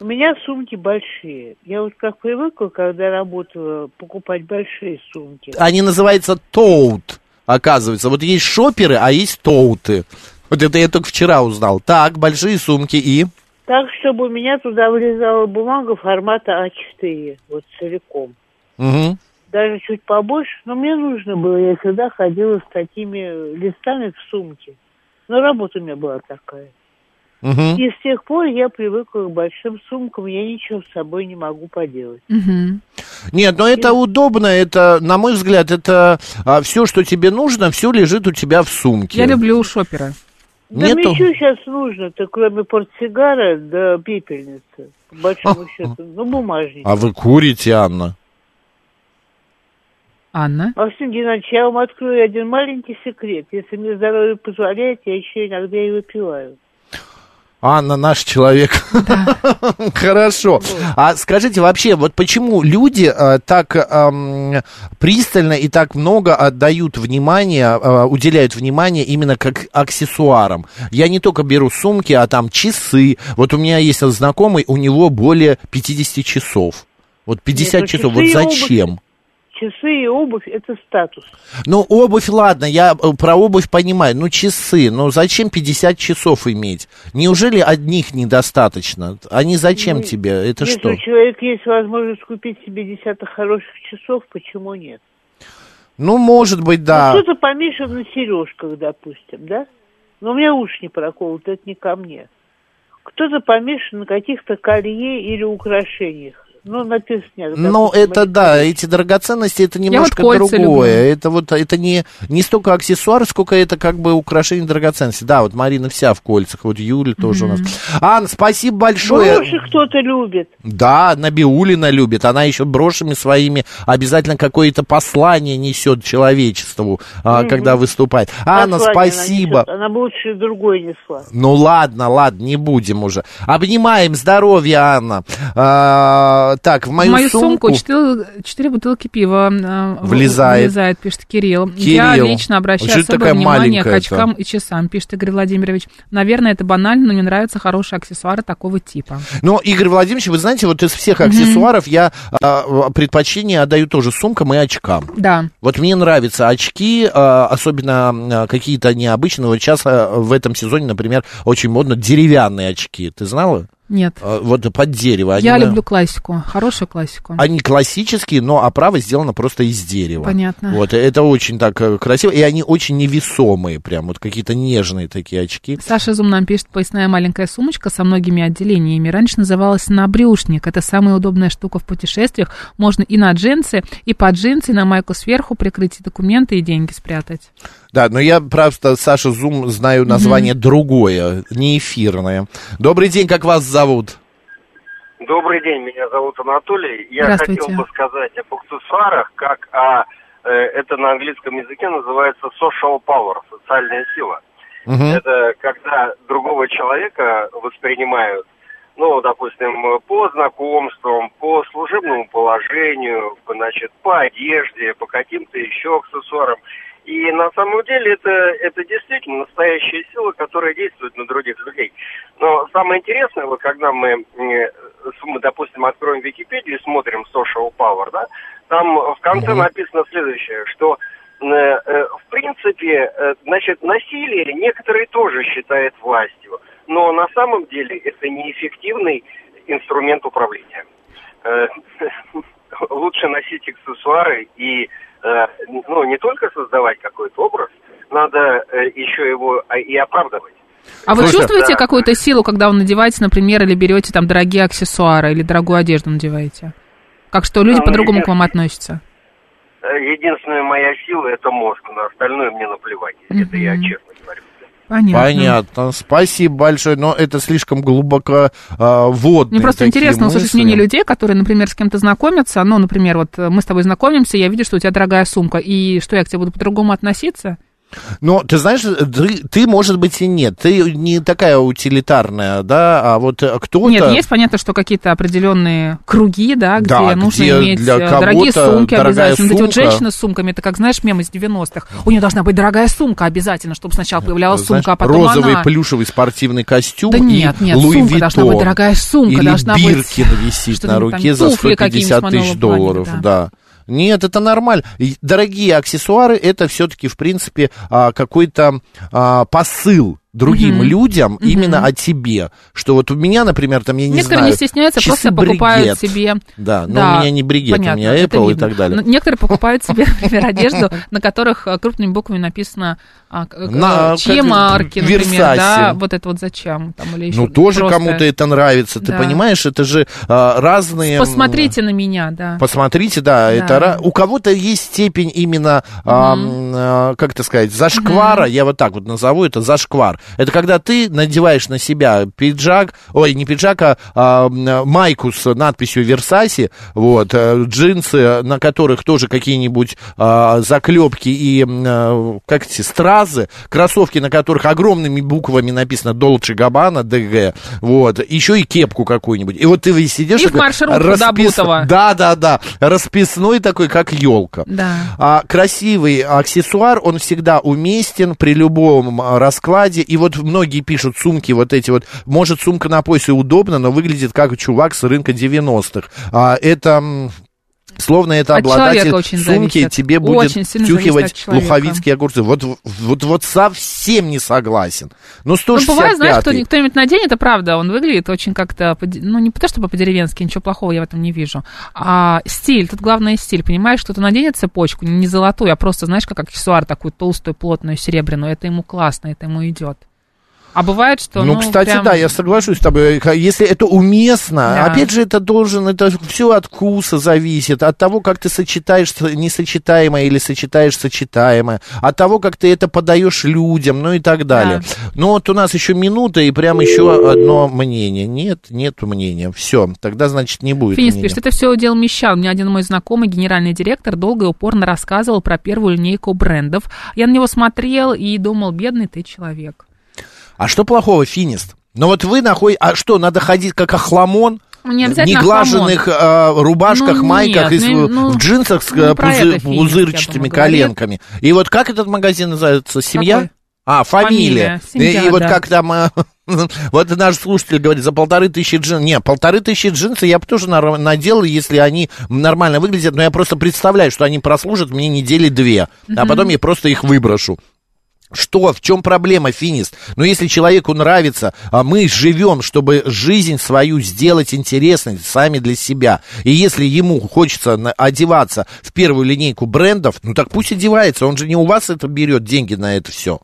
G: У меня сумки большие. Я вот как привыкла, когда работала, покупать большие сумки.
D: Они называются тоут, оказывается. Вот есть шоперы, а есть тоуты. Вот это я только вчера узнал. Так, большие сумки и...
G: Так, чтобы у меня туда влезала бумага формата А4, вот целиком.
D: Мгм.
G: Даже чуть побольше, но мне нужно было, я всегда ходила с такими листами в сумке. Но работа у меня была такая.
D: Мгм.
G: И с тех пор я привыкла к большим сумкам, я ничего с собой не могу поделать.
B: Мгм.
D: Нет, но это удобно, это, на мой взгляд, это все, что тебе нужно, все лежит у тебя в сумке.
B: Я люблю ну шопера.
G: Да мне
D: Нету?
G: что сейчас нужно-то, кроме портсигара да пепельницы, по большому счету, ну бумажник.
D: А вы курите, Анна?
B: Анна.
G: Максим Геннадьевич, я вам открою один маленький секрет. Если мне здоровье позволяет, я еще иногда и выпиваю.
D: Анна наш человек. Хорошо. А скажите вообще, вот почему люди э, так эм, пристально и так много отдают внимания, э, уделяют внимание именно как аксессуарам? Я не только беру сумки, а там часы. Вот у меня есть знакомый, у него более 50 часов. Вот 50
G: ну,
D: часов,
G: часы
D: вот
G: и обувь.
D: зачем?
G: Часы и обувь – это статус.
D: Ну, обувь, ладно, я э, про обувь понимаю. Ну, часы, ну зачем 50 часов иметь? Неужели одних недостаточно? Они зачем
G: Ну,
D: тебе? Это
G: Если
D: что?
G: у человека есть возможность купить себе десяток хороших часов, почему нет?
D: Ну, может быть, да.
G: Ну, Кто-то поменьше на сережках, допустим, да? Но у меня уж не проколот, это не ко мне. Кто-то помешан на каких-то колье или украшениях. Ну, на перстнях.
D: Но
G: допустим,
D: Ну, это да, эти драгоценности это немножко
B: вот кольца
D: другое.
B: люблю.
D: Это вот это не, не столько аксессуар, сколько это как бы украшение драгоценности. Да, вот Марина вся в кольцах, вот Юля тоже у нас. Анна, спасибо большое.
G: Броши кто-то любит.
D: Да, Набиулина любит. Она еще брошами своими обязательно какое-то послание несет человечеству, а, когда выступает. Анна,
G: Послание она
D: спасибо.
G: несет. Она бы лучше другой несла.
D: Ну ладно, ладно, не будем уже. Обнимаем здоровья, Анна. А, так, в
B: В
D: мою,
B: мою сумку четыре, четыре бутылки пива э, в-
D: Влезает.
B: влезает, пишет Кирилл. Я
D: Кирилл.
B: лично обращаю
D: Что ты
B: особое
D: такая
B: внимание к
D: маленькая-то?
B: очкам и часам, пишет Игорь Владимирович. Наверное, это банально, но мне нравятся хорошие аксессуары такого типа.
D: Но, Игорь Владимирович, вы знаете, вот из всех аксессуаров я а, предпочтение отдаю тоже сумкам и очкам.
B: Да.
D: Вот мне нравятся очки, а, особенно а, какие-то необычные. Вот сейчас а, в этом сезоне, например, очень модно деревянные очки. Ты знала?
B: Нет.
D: А, Вот под дерево. Они,
B: Я
D: на-
B: люблю классику, хорошую классику.
D: Они классические, но оправа сделана просто из дерева.
B: Понятно.
D: Вот, и это очень так э, красиво. И они очень невесомые прям, вот какие-то нежные такие очки.
B: Саша Зум нам пишет, поясная маленькая сумочка со многими отделениями. Раньше называлась набрюшник. Это самая удобная штука в путешествиях. Можно и на джинсы, и под джинсы, и на майку сверху прикрыть и документы, и деньги спрятать.
D: Да, но я просто, Саша Зум, знаю название другое, не эфирное. Добрый день, как вас зовут?
F: Добрый день, меня зовут Анатолий. Я
B: Здравствуйте.
F: хотел бы сказать об аксессуарах, как о, э, это на английском языке называется social power, социальная сила. Это когда другого человека воспринимают, ну, допустим, по знакомствам, по служебному положению, по, значит, по одежде, по каким-то еще аксессуарам. И на самом деле это, это действительно настоящая сила, которая действует на других людей. Но самое интересное, вот когда мы, э, с- мы, допустим, откроем Википедию и смотрим social power, да, там в конце написано следующее, что э, э, в принципе, э, значит, насилие некоторые тоже считают властью, но на самом деле это неэффективный инструмент управления. Э, Лучше носить аксессуары и э, ну, не только создавать какой-то образ, надо э, еще его а, и оправдывать.
B: А вы
D: Слушай,
B: чувствуете
F: да.
B: какую-то силу, когда вы надеваете, например, или берете там дорогие аксессуары, или дорогую одежду надеваете? Как что люди
F: Ну,
B: по-другому
F: я-
B: к вам относятся?
F: Э, Единственная моя сила – это мозг, на остальное мне наплевать. Это я честно говорю.
B: Понятно.
D: Понятно. Спасибо большое, но это слишком глубоко а, вводные
B: Мне просто
D: такие
B: интересно услышать
D: мысли.
B: мнение людей, которые, например, с кем-то знакомятся. Ну, например, вот э, мы с тобой знакомимся, я вижу, что у тебя дорогая сумка. И что, я к тебе буду по-другому относиться?
D: Но ты знаешь, ты, ты, может быть, и нет. Ты не такая утилитарная, да, а вот э, кто-то...
B: Нет, есть понятно, что какие-то определенные круги, да, где
D: Да,
B: нужно
D: где
B: иметь
D: для
B: э, дорогие
D: кого-то
B: сумки
D: дорогая
B: обязательно. Вот эти вот
D: сумка.
B: женщины с сумками, это как, знаешь, мем из 90-х. У нее должна быть дорогая сумка обязательно, чтобы сначала появлялась
D: Э, Знаешь,
B: сумка, а потом
D: розовый
B: она.
D: плюшевый спортивный костюм
B: Да
D: и
B: нет, нет,
D: Луи
B: сумка должна быть
D: Виттон.
B: дорогая сумка,
D: Или
B: должна быть
D: Биркин висит
B: что-нибудь
D: на
B: там,
D: руке за
B: туфли какие-нибудь
D: 150
B: Маноло
D: тысяч
B: Блahnik,
D: долларов,
B: да.
D: да. Нет, это нормально. И Дорогие аксессуары это все-таки, в принципе, а, какой-то а, посыл другим людям именно о тебе. Что вот у меня, например, там, я не
B: Некоторые
D: знаю,
B: не стесняются,
D: часы
B: просто покупают
D: бригет.
B: себе.
D: Да, но у меня не бригет,
B: понятно,
D: у меня
B: это
D: Apple и
B: видно. Ну,
D: так далее.
B: Но некоторые покупают себе, например, одежду, на которых э, крупными буквами написано, а, к- э,
D: На-
B: чьи
D: как-
B: марки, например,
D: Versace.
B: да, вот это вот зачем. Там, или еще
D: Ну, тоже
B: просто
D: кому-то это нравится, ты
B: Да.
D: понимаешь, это же а, разные... м,
B: Посмотрите на меня, да.
D: Посмотрите, да, это ра- у кого-то есть степень именно, а, м, а, как это сказать, зашквара, я вот так вот назову это зашквар. Это когда ты надеваешь на себя пиджак, ой, не пиджак, а, а, м, а, майку с надписью Версаси, вот, э, джинсы, на которых тоже какие-нибудь а, заклепки и, м, а, как эти, стразы, кроссовки, на которых огромными буквами написано Dolce Gabbana, ДГ, вот, еще и кепку какую-нибудь. И вот ты и сидишь
B: И в
D: такой
B: маршрутку
D: распис-
B: до Бутова.
D: да, да, да. Расписной такой, как елка.
B: Да.
D: А, красивый аксессуар, он всегда уместен при любом а, раскладе. И вот многие пишут сумки вот эти вот. Может, сумка на поясе удобна, но выглядит как чувак с рынка 90-х. А, это... м, Словно это
B: От человека
D: обладатель
B: очень
D: сумки
B: зависит.
D: тебе будет
B: Очень сильно зависит от
D: втюхивать
B: человека.
D: луховицкие огурцы. Вот, вот, вот совсем не согласен. Ну, 165-й.
B: Ну, бывает, знаешь, кто, кто-нибудь наденет, это правда, он выглядит очень как-то, по- ну, не то чтобы по-деревенски, ничего плохого я в этом не вижу, а стиль, тут главное стиль, понимаешь, кто-то наденет цепочку, не золотую, а просто, знаешь, как аксессуар, такую толстую, плотную, серебряную, это ему классно, это ему идет. А бывает, что, ну,
D: Ну, кстати,
B: прям-
D: да, я соглашусь с тобой. Ка- Если это уместно,
B: Да.
D: опять же, это должен, это все от вкуса зависит, от того, как ты сочетаешь с- несочетаемое или сочетаешь сочетаемое, от того, как ты это подаешь людям, ну и так далее. Ну, вот у нас еще минута и прям еще одно мнение. Нет, нет мнения. Все, тогда, значит, не будет
B: Финис
D: мнения.
B: пишет, это все дело мещан. Мне один мой знакомый, генеральный директор, долго и упорно рассказывал про первую линейку брендов. Я на него смотрел и думал, бедный ты человек.
D: А что плохого, финист? Ну вот вы находите... А что, надо ходить как охламон?
B: Ну, не обязательно
D: Э, неглаженных а, рубашках,
B: Ну,
D: майках,
B: нет,
D: и с-
B: ну, ну,
D: в джинсах с
B: ну, не
D: а,
B: про
D: пузы-
B: это фильм,
D: пузырчатыми
B: я думаю, говорит.
D: коленками. И вот как этот магазин называется? Семья?
B: Какой?
D: А,
B: Фамилия,
D: фамилия.
B: семья,
D: и, и вот
B: да.
D: как там... а, вот наш слушатель говорит, за полторы тысячи джинсов... Не, полторы тысячи джинсов я бы тоже нар- надел, если они нормально выглядят, но я просто представляю, что они прослужат мне недели две, а потом я просто их выброшу. Что, в чем проблема, финист? Но если человеку нравится, а мы живем, чтобы жизнь свою сделать интересной сами для себя. И если ему хочется на- одеваться в первую линейку брендов, ну так пусть одевается. Он же не у вас это берет деньги на это все.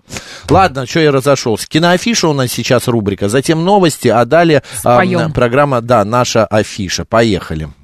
D: Ладно, что я разошелся. Киноафиша у нас сейчас рубрика, затем новости, а далее а,
B: Споем.
D: м, программа, да, наша афиша. Поехали.